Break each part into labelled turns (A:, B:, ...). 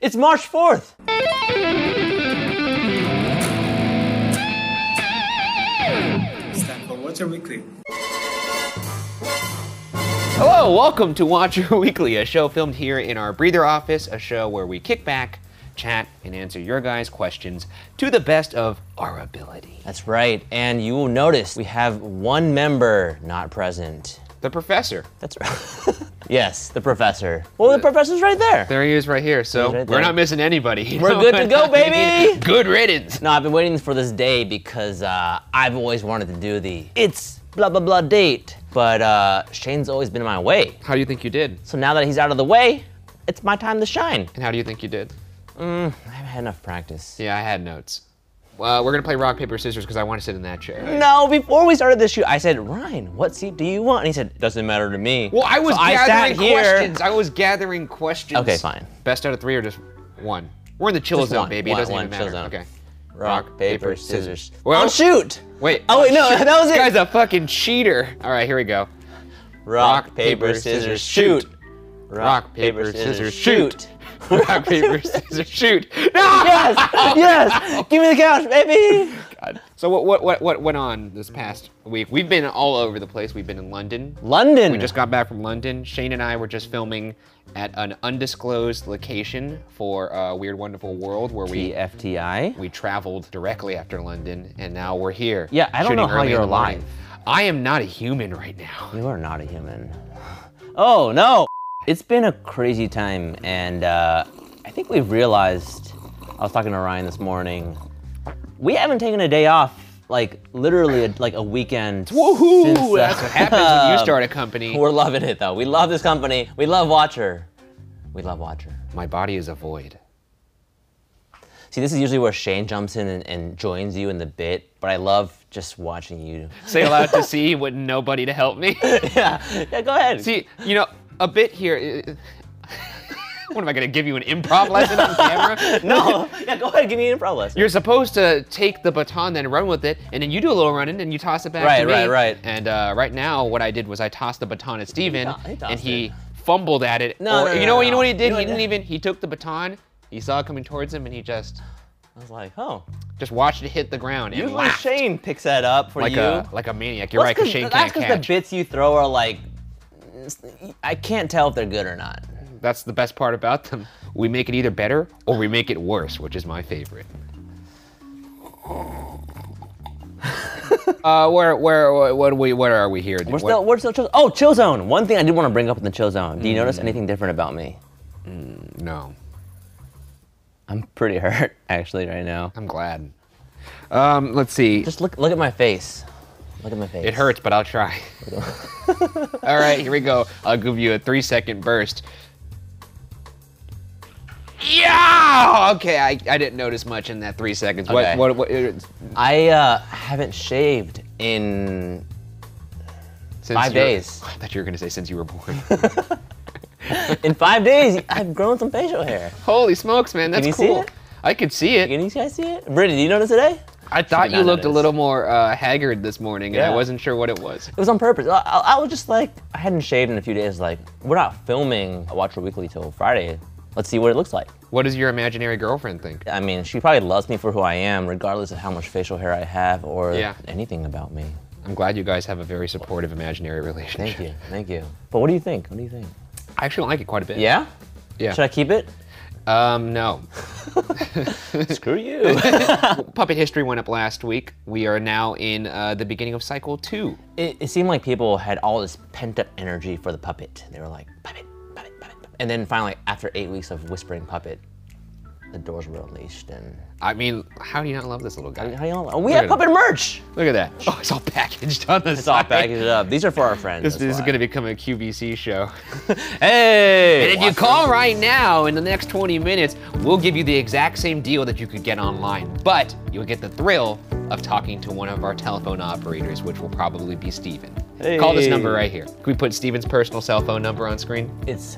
A: It's March 4th.
B: It's time for Watcher Weekly.
C: Hello, welcome to Watcher Weekly, a show filmed here in our breather office, a show where we kick back, chat, and answer your guys' questions to the best of our ability.
A: That's right. And you will notice we have one member not present.
C: The professor.
A: That's right. yes, the professor. Well, the professor's right there.
C: There he is right here, so
A: He's right
C: we're
A: there.
C: not missing anybody. you
A: We're
C: know
A: good to
C: what
A: go,
C: I mean?
A: baby!
C: Good riddance.
A: No, I've been waiting for this day because uh, I've always wanted to do the it's blah blah blah date, but uh, Shane's always been in my way.
C: How do you think you did?
A: So now that he's out of the way, it's my time to shine.
C: And how do you think you did?
A: I haven't had enough practice.
C: Yeah, I had notes. Uh, we're gonna play rock, paper, scissors because I want to sit in that chair.
A: No, before we started this shoot, I said, Ryan, what seat do you want? And he said, doesn't matter to me.
C: Well, I was
A: So
C: gathering
A: sat here.
C: questions. I was gathering questions.
A: Okay, fine.
C: Best out of three or just one? We're in the chill
A: Just
C: zone,
A: one.
C: baby.
A: One-
C: it doesn't
A: one
C: even
A: chill
C: matter.
A: zone.
C: Okay.
A: Rock, paper, scissors.
C: Well,
A: oh, shoot!
C: Wait.
A: Oh, wait, no,
C: shoot.
A: that was
C: This
A: it.
C: guy's a fucking cheater. All right, here we go.
A: Rock, paper, scissors, shoot.
C: Rock, paper, scissors, shoot. Rock, paper, scissors, shoot. No!
A: yes! Yes! Give me the couch, baby!
C: So what, what what what went on this past week? We've been all over the place. We've been in London.
A: London!
C: We just got back from London. Shane and I were just filming at an undisclosed location for uh, Weird Wonderful World, where we
A: BFTI.
C: we traveled directly after London, and now we're here.
A: Yeah, I don't
C: shooting
A: know how
C: early in
A: you're
C: the morning.
A: alive.
C: I am not a human right now.
A: You are not a human. Oh no! It's been a crazy time, and uh, I think we've realized. I was talking to Ryan this morning. We haven't taken a day off, like literally, a, like a weekend.
C: Woohoo!
A: since, uh,
C: That's what happens when you start a company.
A: We're loving it though. We love this company. We love Watcher. We love Watcher.
C: My body is a void.
A: See, this is usually where Shane jumps in and, and joins you in the bit, but I love just watching you.
C: Sail out to sea with nobody to help me.
A: yeah, yeah. Go ahead.
C: See, you know, a bit here. uh, What am I gonna give you an improv lesson on camera?
A: no. Yeah, go ahead. Give me an improv lesson.
C: You're supposed to take the baton, then run with it, and then you do a little running, and you toss it back
A: Right,
C: to me.
A: right, right.
C: And uh, right now, what I did was I tossed the baton at Steven,
A: to- he tossed
C: and he
A: it.
C: fumbled at it.
A: No,
C: or,
A: no, no,
C: you know,
A: no,
C: you know what he
A: no.
C: did?
A: You know
C: he
A: what-
C: didn't even. He took the baton. He saw it coming towards him, and he just
A: I was like, oh.
C: just watched it hit the ground and
A: Usually
C: laughed
A: Shane picks that up for
C: like
A: you.
C: a like a maniac. You're right, 'cause Shane
A: that's
C: can't
A: because
C: catch.
A: the bits you throw are like, I can't tell if they're good or not.
C: That's the best part about them. We make it either better or we make it worse, which is my favorite. uh, where, where, what, what, are we, what are we here?
A: We're still, we're still chill. Oh, chill zone. One thing I did want to bring up in the chill zone.
C: Mm.
A: Do you notice anything different about me?
C: no,
A: I'm pretty hurt actually right now.
C: I'm glad. Um, let's see.
A: Just look, look at my face. Look at my face.
C: It hurts, but I'll try. All right, here we go. I'll give you a three second burst. Yeah! Okay, I, I didn't notice much in that three seconds. What,
A: Okay.
C: what, what, uh,
A: I uh, haven't shaved in.
C: since
A: Five
C: you're-
A: days.
C: I thought you were going to say since you were born.
A: In five days, I've grown some facial hair.
C: Holy smokes, man, that's
A: you see
C: cool.
A: it?
C: I could see it.
A: Can you guys see it? Brittany, do you notice today?
C: I thought
A: not
C: you looked a
A: notice.
C: little more uh, haggard this morning, and
A: Yeah.
C: I wasn't sure what it was.
A: It was on purpose. I, I, I was just like, I hadn't shaved in a few days. Like, we're not filming a Watcher Weekly till Friday. Let's see what it looks like.
C: What does your imaginary girlfriend think?
A: I mean, she probably loves me for who I am, regardless of how much facial hair I have or
C: Yeah.
A: anything about me.
C: I'm glad you guys have a very supportive imaginary relationship.
A: Thank you, thank you. But what do you think? What do you think?
C: I actually like it quite a bit.
A: Yeah?
C: Yeah.
A: Should I keep it?
C: Um, no.
A: Screw you.
C: Puppet history went up last week. We are now in uh, the beginning of cycle two.
A: it, it seemed like people had all this pent up energy for the puppet. They were like, puppet, puppet, puppet, puppet. And then finally, after eight weeks of whispering puppet, the doors were unleashed and.
C: I mean, how do you not love this little guy?
A: How y'all? Oh, we have puppet merch!
C: Look at that. Oh, it's all packaged on the
A: It's all packaged up. These are for our friends.
C: This,
A: that's
C: this is
A: why.
C: going to become a QVC show.
A: Hey!
C: And if you call right now in the next 20 minutes, we'll give you the exact same deal that you could get online, but you'll get the thrill of talking to one of our telephone operators, which will probably be Steven. Call this
A: Hey.
C: number right here. Can we put Steven's personal cell phone number on screen?
A: It's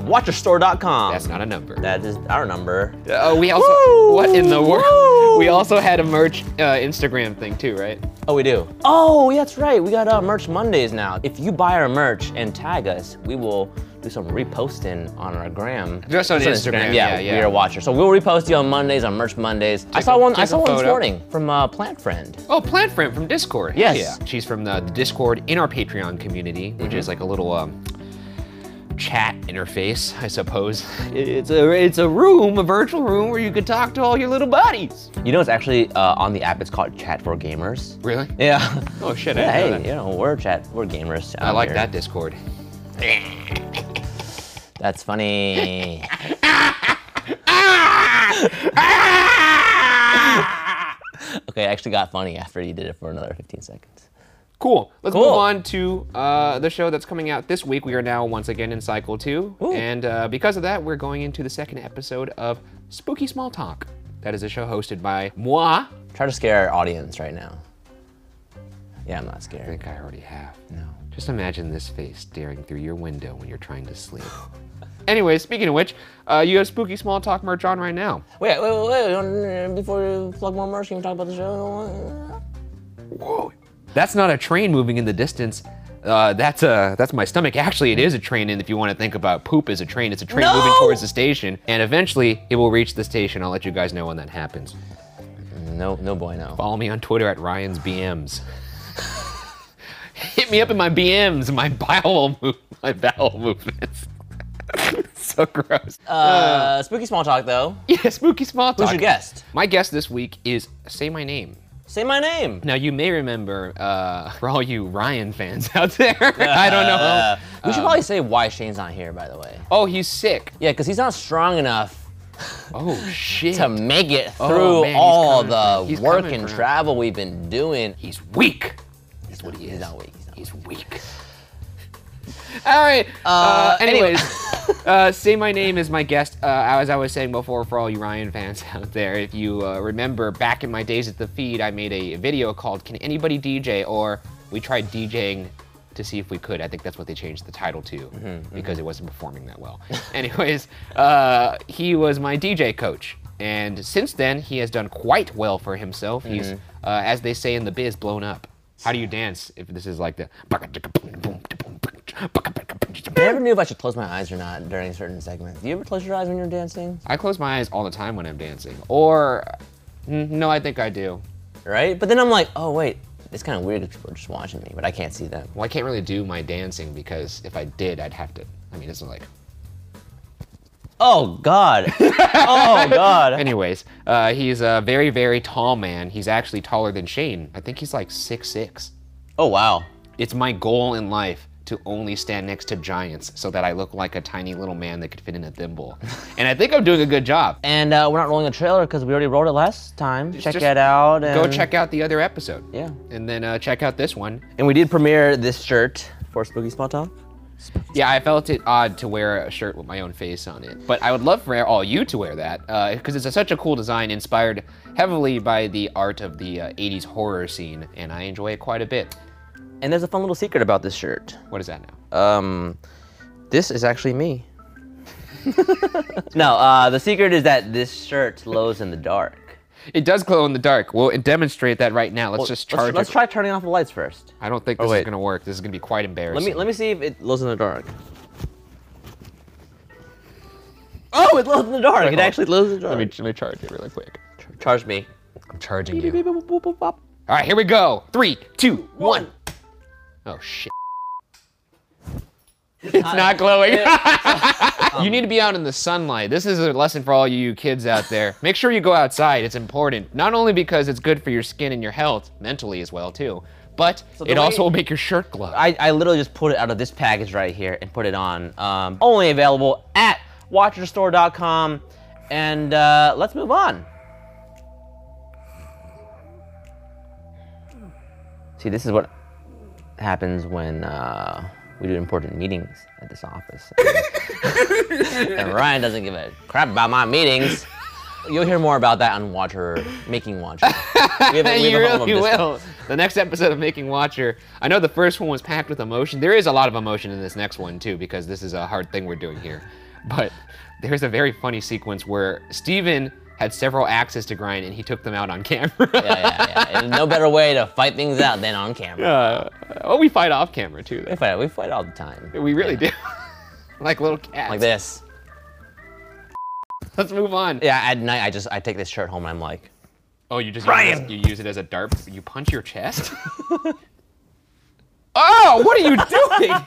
A: www.watcherstore.com.
C: That's not a number.
A: That is our number.
C: Oh, we also.
A: Woo!
C: What in the world?
A: Woo!
C: We also had a merch uh, Instagram thing too, right?
A: Oh, we do. Oh, yeah, that's right. We got uh, merch Mondays now. If you buy our merch and tag us, we will do some reposting on our gram.
C: Just on Instagram, yeah, yeah.
A: We are a watcher. So we'll repost you on Mondays on Merch Mondays. I saw
C: a-
A: one. I
C: take a
A: saw one this
C: photo.
A: morning from uh, Plant Friend.
C: Oh, Plant Friend from Discord.
A: Yes.
C: Yeah. She's from the, the Discord in our Patreon community, which is like a little um, chat interface, I suppose. It's a it's a room, a virtual room where you can talk to all your little buddies.
A: You know, it's actually uh, on the app. It's called Chat for Gamers.
C: Really?
A: Yeah.
C: Oh shit! I
A: Yeah,
C: didn't know
A: hey,
C: that.
A: you know, we're chat, we're gamers.
C: I
A: out
C: like
A: here.
C: that Discord.
A: That's funny.
C: Ah!
A: okay, I actually got funny after you did it for another 15 seconds.
C: Cool. Let's
A: Cool.
C: move on to uh, the show that's coming out this week. We are now once again in cycle two,
A: Ooh.
C: and uh, because of that, we're going into the second episode of Spooky Small Talk. That is a show hosted by moi.
A: Try to scare our audience right now. Yeah, I'm not scared.
C: I think I already have. No. Just imagine this face staring through your window when you're trying to sleep. Anyways, speaking of which, uh, you have Spooky Small Talk merch on right now.
A: Wait, wait, wait, wait, don't- uh, Before you plug more merch, can we talk about the show?
C: Whoa. That's not a train moving in the distance. Uh, that's uh, that's my stomach. Actually, it is a train, and if you want to think about poop as a train, it's a train moving
A: No!
C: towards the station, and eventually it will reach the station. I'll let you guys know when that happens.
A: No, no boy, no.
C: Follow me on Twitter at Ryan's BMs. Hit me up in my BMs, my bowel move, my bowel movements. so gross.
A: Uh, spooky small talk though.
C: yeah, spooky small talk.
A: Who's your guest?
C: My guest this week is say my name.
A: Say my name.
C: Now you may remember, uh, for all you Ryan fans out there, I don't know.
A: we should probably say why Shane's not here, by the way.
C: Oh, he's sick.
A: Yeah, because he's not strong enough
C: Oh shit.
A: to make it through
C: Oh, man, he's
A: all
C: coming
A: the
C: for- he's
A: work
C: coming
A: and
C: for him.
A: travel we've been doing.
C: he's weak. Is what he
A: He's
C: is.
A: not weak. He's not
C: He's weak. All right. Uh,
A: anyway.
C: anyways, uh, say my name is my guest. Uh, as I was saying before, for all you Ryan fans out there, if you uh, remember back in my days at the feed, I made a video called "Can Anybody DJ?" or we tried DJing to see if we could. I think that's what they changed the title to because it wasn't performing that well. anyways, uh, he was my DJ coach. And since then, he has done quite well for himself. He's, uh, as they say in the biz, blown up. How do you dance if this is like the?
A: I never knew if I should close my eyes or not during certain segments. Do you ever close your eyes when you're dancing?
C: I close my eyes all the time when I'm dancing. Or, mm, no, I think I do.
A: Right? But then I'm like, oh wait, it's kind of weird if people are just watching me, but I can't see them.
C: Well, I can't really do my dancing because if I did, I'd have to. I mean, it's like.
A: Oh God. oh God.
C: Anyways, uh, he's a very, very tall man. He's actually taller than Shane. I think he's like six six.
A: Oh wow.
C: It's my goal in life to only stand next to giants so that I look like a tiny little man that could fit in a thimble. and I think I'm doing a good job.
A: And uh, we're not rolling a trailer because we already rolled it last time. check
C: just-
A: it out. And,
C: Go check out the other episode.
A: Yeah.
C: And then uh, check out this one.
A: And we did premiere this shirt for Spooky Small Town.
C: Yeah, I felt it odd to wear a shirt with my own face on it, but I would love for all you to wear that because it's a, such a cool design, inspired heavily by the art of the uh, '80s horror scene, and I enjoy it quite a bit.
A: And there's a fun little secret about this shirt.
C: What is that now?
A: Um, this is actually me. no, uh, the secret is that this shirt glows in the dark.
C: It does glow in the dark. We'll demonstrate that right now. Let's just charge
A: Let's, let's
C: it.
A: try turning off the lights first.
C: I don't think
A: Oh,
C: this
A: wait.
C: is gonna work. This is gonna be quite
A: Let
C: embarrassing.
A: me let me see if it glows in the dark. Oh, it glows in the dark. It
C: hold on.
A: actually glows in the dark.
C: let me let me charge it really quick.
A: charge me.
C: I'm charging
A: Beep,
C: you.
A: beep, boop, boop, boop, bop.
C: All right, here we go. Three, two, one.
A: One.
C: Oh shit. It's not glowing. you need to be out in the sunlight. This is a lesson for all you kids out there. Make sure you go outside. It's important. Not only because it's good for your skin and your health, mentally as well too, but
A: the
C: it
A: way-
C: also will make your shirt glow.
A: I, I literally just pulled it out of this package right here and put it on. Um, only available at watcherstore.com. And uh, let's move on. See, this is what happens when uh, we do important meetings at this office. and Ryan doesn't give a crap about my meetings. You'll hear more about that on Watcher, Making Watcher. We have a- we
C: you
A: have a home of
C: really
A: this
C: will. The next episode of Making Watcher. I know the first one was packed with emotion. There is a lot of emotion in this next one too, because this is a hard thing we're doing here. But there's a very funny sequence where Steven had several axes to grind and he took them out on camera.
A: yeah, yeah, yeah. And no better way to fight things out than on camera.
C: Uh, oh, we fight off camera too.
A: We fight, we fight all the time.
C: Though. We really do. like little cats.
A: like this.
C: Let's move on.
A: Yeah, at night I just I take this shirt home and I'm like,
C: Oh, you just Use it
A: Brian!
C: as, you use it as a dart. You punch your chest. oh, what are you doing?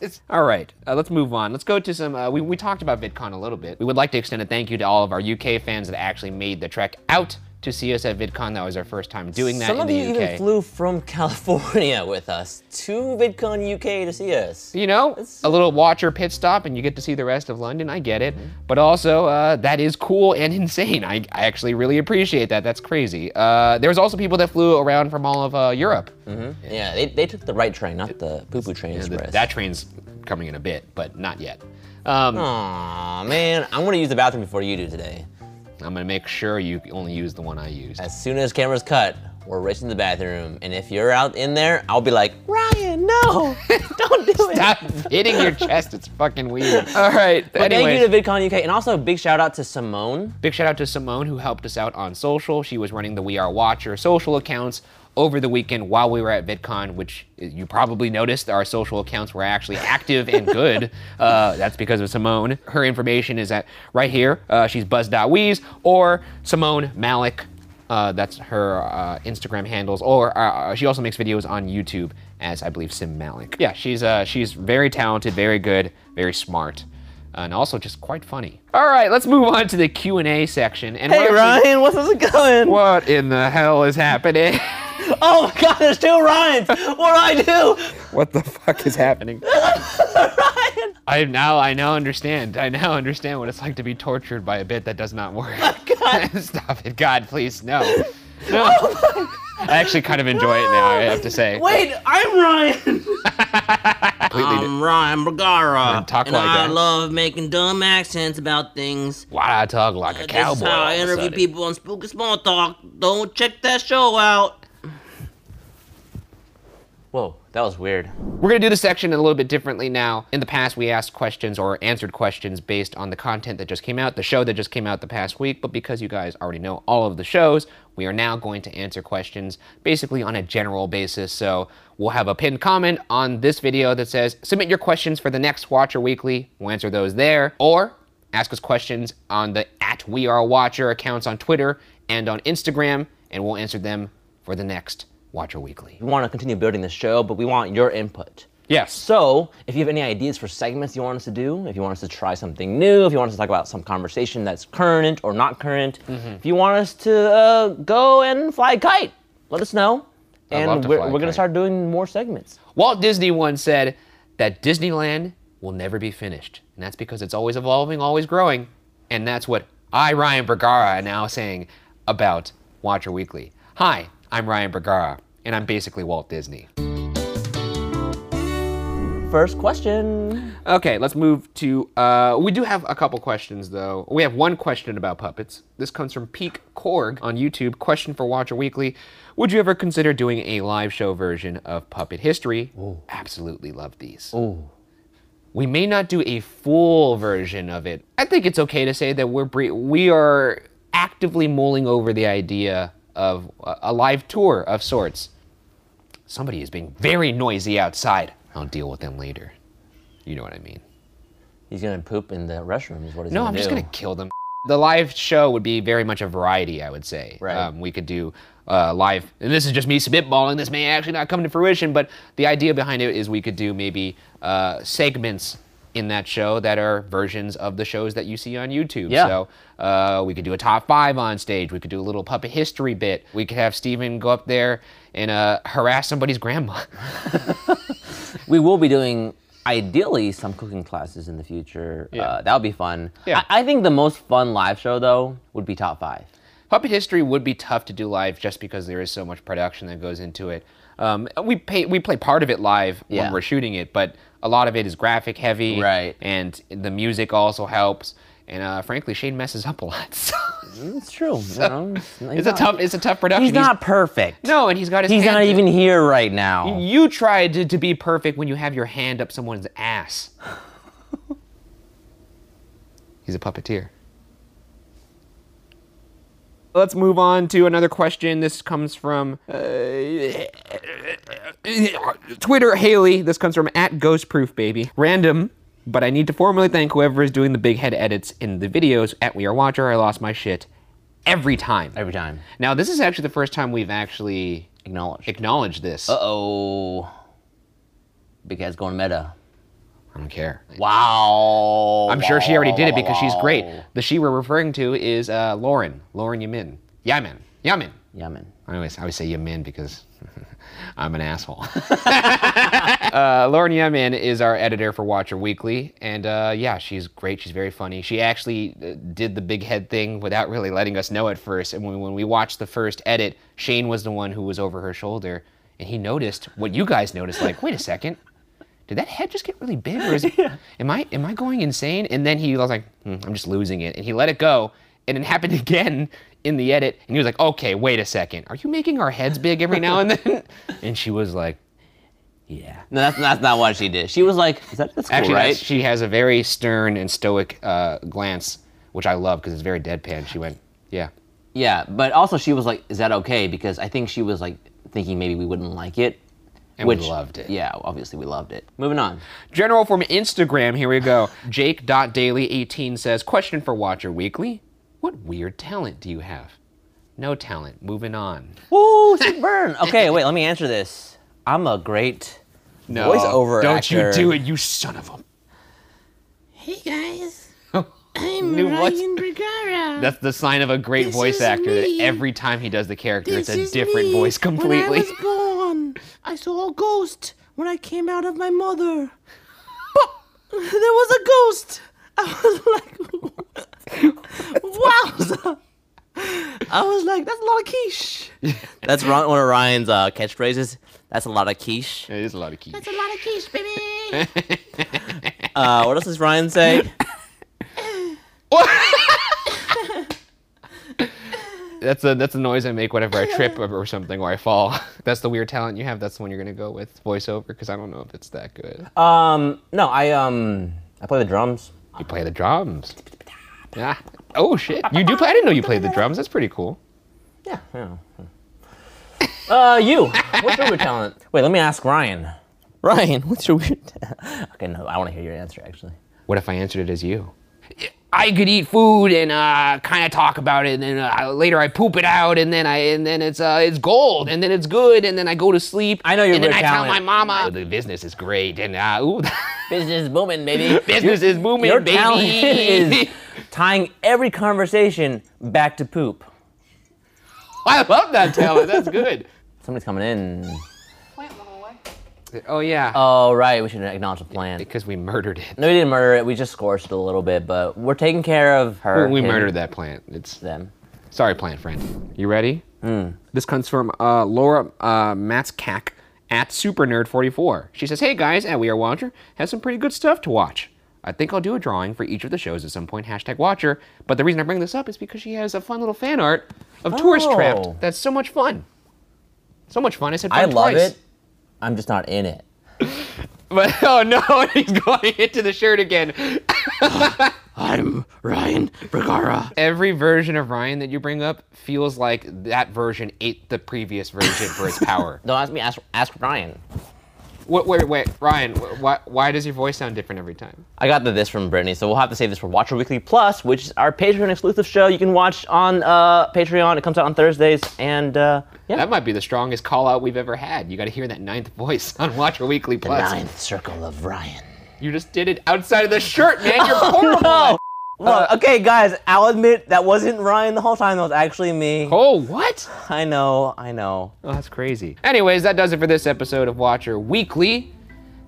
C: Jesus. All right, uh, let's move on. Let's go to some. Uh, we we talked about VidCon a little bit. We would like to extend a thank you to all of our UK fans that actually made the trek out to see us at VidCon. That was our first time doing that
A: some
C: in
A: of
C: the
A: you
C: UK.
A: even flew from California with us to VidCon UK to see us.
C: you know, a little watcher pit stop and you get to see the rest of London. I get it.
A: Mm-hmm.
C: But also, uh, that is cool and insane. I, I actually really appreciate that. That's crazy. Uh, there was also people that flew around from all of uh, Europe.
A: Yeah, they, they took the right train, not the poo poo train
C: Th-
A: express.
C: that train's coming in a bit, but not yet. Um,
A: Aw, man, I'm gonna use the bathroom before you do today.
C: I'm gonna make sure you only use the one I used.
A: As soon as camera's cut, we're racing to the bathroom, and if you're out in there, I'll be like, Ryan, no, don't do it.
C: Stop hitting your chest. It's fucking weird. All right.
A: But
C: anyway.
A: thank you to VidCon UK, and also a big shout out to Simone.
C: Big shout out to Simone who helped us out on social. She was running the We Are Watcher social accounts over the weekend while we were at VidCon, which you probably noticed our social accounts were actually active and good. Uh, that's because of Simone. Her information is at right here. Uh, she's buzz.wheeze or Simone Malik. Uh, that's her uh, Instagram handles, or uh, she also makes videos on YouTube as I believe Sim Malik. Yeah, she's uh, she's very talented, very good, very smart, and also just quite funny. All right, let's move on to the Q and A section. And
A: Hey
C: we're-
A: Ryan, what's this going?
C: what in the hell is happening?
A: Oh my God, there's two Ryans. What do I do?
C: what the fuck is happening?
A: Ryan,
C: I now I now understand. I now understand what it's like to be tortured by a bit that does not work. Stop it, God, please, no, no. I actually kind of enjoy it now. I have to say.
A: wait, I'm Ryan.
C: Completely di-
A: Ryan Bergara,
C: talk like that.
A: love making dumb accents about things.
C: Why I talk like a cowboy? all of a sudden?
A: people on Spooky Small Talk. Don't check that show out. Whoa, that was weird.
C: We're gonna do the section a little bit differently now. In the past, we asked questions or answered questions based on the content that just came out, the show that just came out the past week. But because you guys already know all of the shows, we are now going to answer questions basically on a general basis. So we'll have a pinned comment on this video that says, "Submit your questions for the next Watcher Weekly." We'll answer those there, or ask us questions on the at We Are Watcher accounts on Twitter and on Instagram, and we'll answer them for the next Watcher Weekly.
A: We want to continue building the show, but we want your input.
C: Yes.
A: So, if you have any ideas for segments you want us to do, if you want us to try something new, if you want us to talk about some conversation that's current or not current, if you want us to uh, go and fly a kite, let us know. And
C: love to
A: we're,
C: fly a
A: we're going to
C: kite.
A: start doing more segments.
C: Walt Disney once said that Disneyland will never be finished, and that's because it's always evolving, always growing, and that's what I, Ryan Bergara, am now saying about Watcher Weekly. Hi, I'm Ryan Bergara, and I'm basically Walt Disney.
A: First question.
C: Okay, let's move to. Uh, we do have a couple questions though. We have one question about puppets. This comes from Peak Korg on YouTube. Question for Watcher Weekly: Would you ever consider doing a live show version of Puppet History? Absolutely love these. We may not do a full version of it. I think it's okay to say that we're bre- we are actively mulling over the idea of a- a live tour of sorts. Somebody is being very noisy outside. I'll deal with them later. You know what I mean.
A: He's going to poop in the restroom, is what he's
C: No,
A: going
C: I'm
A: to do.
C: just gonna kill them. The live show would be very much a variety, I would say. Um,
A: Right.
C: we could do uh, live, and this is just me spitballing. This may actually not come to fruition, but the idea behind it is we could do maybe uh, segments in that show that are versions of the shows that you see on YouTube.
A: Yeah.
C: So uh, we could do a top five on stage. We could do a little puppet history bit. We could have Steven go up there and uh, harass somebody's grandma.
A: we will be doing ideally some cooking classes in the future. Uh, that would be fun.
C: Yeah.
A: I, I think the most fun live show though would be top five.
C: Puppet history would be tough to do live just because there is so much production that goes into it. Um, we pay, we play part of it live
A: Yeah.
C: when we're shooting it, but a lot of it is graphic heavy,
A: Right.
C: And the music also helps. And uh, frankly, Shane messes up a lot. So
A: It's true. you know, it's not-
C: it's a tough it's a tough production.
A: He's not perfect.
C: no, and he's got his
A: He's
C: hand
A: not even here right now.
C: You tried to, to be perfect when you have your hand up someone's ass. He's a puppeteer. Let's move on to another question. This comes from uh, Twitter Haley. This comes from at Ghostproof Baby. Random But I need to formally thank whoever is doing the big head edits in the videos at We Are Watcher. I lost my shit every time.
A: Every time.
C: Now, this is actually the first time we've actually
A: Acknowledge.
C: acknowledged this.
A: Uh oh. Big head's going meta.
C: I don't care.
A: Wow.
C: I'm sure she already did it because she's great.
A: Wow.
C: The she we're referring to is uh, Lauren, Lauren Yamin. Yamin. Yamin.
A: Yeah, man.
C: I always, I always say Yamin because I'm an asshole. uh, Lauren Yamin is our editor for Watcher Weekly, and uh, yeah, she's great. She's very funny. She actually uh, did the big head thing without really letting us know at first. And when, when we watched the first edit, Shane was the one who was over her shoulder, and he noticed what you guys noticed. Like, wait a second, did that head just get really big, or is it, am I am I going insane? And then he was like, "Hmm, I'm just losing it, and he let it go, and it happened again in the edit, and he was like, okay, wait a second, are you making our heads big every now and then? and she was like. Yeah.
A: No, that's, that's not what she did. She was like, is that that's cool,
C: Actually,
A: right?
C: that's- she has a very stern and stoic uh, glance, which I love because it's very deadpan. She went, "Yeah,
A: Yeah, but also she was like, "Is that okay?" Because I think she was like thinking maybe we wouldn't like it,
C: And we loved it.
A: Yeah, obviously we loved it. Moving on.
C: General from Instagram, here we go. Jake.daily18 says, Question for Watcher Weekly What weird talent do you have? No talent. Moving on.
A: Woo, she burn. Okay, wait, let me answer this. I'm a great
C: No.
A: voiceover
C: Don't
A: actor.
C: you do it, you son of a.
D: Hey guys, I'm
C: New voice.
D: Ryan Vergara.
C: That's the sign of a great
D: This
C: voice
D: is
C: actor
D: me.
C: that every time he does the character,
D: This
C: it's
D: is
C: a different
D: me.
C: voice completely.
D: When I was born, I saw a ghost when I came out of my mother. there was a ghost. I was like, wowza. I was like, that's a lot of quiche.
A: That's Ron, one of Ryan's uh, catchphrases. That's a lot of quiche.
C: It is a lot of keys.
D: That's a lot of quiche, baby.
A: Uh, what else does Ryan say?
C: That's a that's a noise I make whenever I trip or or something or I fall. That's the weird talent you have. That's the one you're gonna go with voiceover because I don't know if it's that good.
A: Um, no, I um, I play the drums.
C: You play the drums. Yeah. Oh shit. You do play I didn't know you played the drums. That's pretty cool.
A: Yeah. yeah. Uh, you. What's your weird talent? Wait, let me ask Ryan. Ryan, what's your weird? talent? okay, no, I want to hear your answer actually.
C: What if I answered it as you? I could eat food and uh, kind of talk about it, and then uh, later I poop it out, and then I and then it's uh, it's gold, and then it's good, and then I go to sleep.
A: I know your
C: And then
A: weird
C: I tell
A: talent.
C: my mama "Oh, the business is great, and uh, ooh,
A: Business booming, baby.
C: business is booming,
A: Your
C: baby.
A: talent is tying every conversation back to poop.
C: I love that talent. That's good.
A: Somebody's coming in.
C: Oh yeah.
A: Oh right, we should acknowledge the plan.
C: because we murdered it.
A: No, we didn't murder it. We just scorched it a little bit, but we're taking care of her.
C: We
A: and
C: murdered that plant. It's
A: them.
C: Sorry, plant friend. You ready?
A: Hmm.
C: This comes from uh, Laura uh, Matskak at SuperNerd44. She says, Hey guys, at We Are Watcher has some pretty good stuff to watch. I think I'll do a drawing for each of the shows at some point, hashtag Watcher. But the reason I bring this up is because she has a fun little fan art of Tourist
A: Oh.
C: Trapped that's so much fun. So much fun. I said, fun
A: I love
C: twice.
A: it. I'm just not in it.
C: But oh no, he's going into the shirt again.
D: I'm Ryan Vergara.
C: Every version of Ryan that you bring up feels like that version ate the previous version for its power.
A: Don't ask me. Ask ask Ryan.
C: Wait, wait, wait, Ryan. wh- Why, why does your voice sound different every time?
A: I got the this from Brittany, so we'll have to save this for Watcher Weekly Plus, which is our Patreon exclusive show. You can watch on uh, Patreon. It comes out on Thursdays, and uh, yeah,
C: That might be the strongest call out we've ever had. You got to hear that ninth voice on Watcher Weekly Plus.
A: Circle of Ryan.
C: You just did it outside of the shirt, man. You're horrible.
A: Look, okay, guys, I'll admit that wasn't Ryan the whole time. That was actually me.
C: Oh, what?
A: I know, I know.
C: Oh, that's crazy. Anyways, that does it for this episode of Watcher Weekly.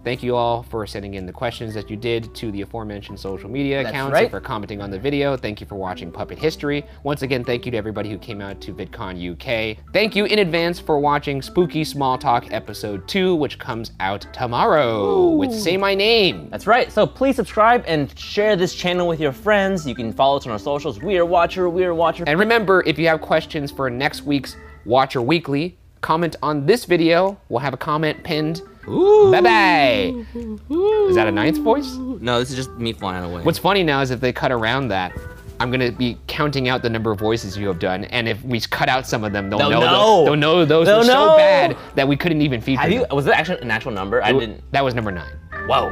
C: Thank you all for sending in the questions that you did to the aforementioned social media accounts
A: right.
C: and for commenting on the video. Thank you for watching Puppet History. Once again, thank you to everybody who came out to VidCon UK. Thank you in advance for watching Spooky Small Talk Episode 2, which comes out tomorrow with Say My Name.
A: That's right. So please subscribe and share this channel with your friends. You can follow us on our socials. We are Watcher. We are Watcher.
C: And remember, if you have questions for next week's Watcher Weekly, comment on this video. We'll have a comment pinned. Bye bye. Is that a ninth voice?
A: No, this is just me flying away.
C: What's funny now is if they cut around that, I'm gonna be counting out the number of voices you have done, and if we cut out some of them, they'll,
A: They'll
C: know,
A: know.
C: Those, they'll know those
A: They'll
C: were
A: know.
C: so bad that we couldn't even feature
A: have you?
C: them.
A: Was it actually an actual number? I didn't.
C: That was number nine.
A: Whoa.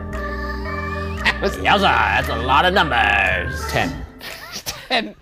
C: was
A: uh, Yowza, that's a lot of numbers.
C: 10. 10.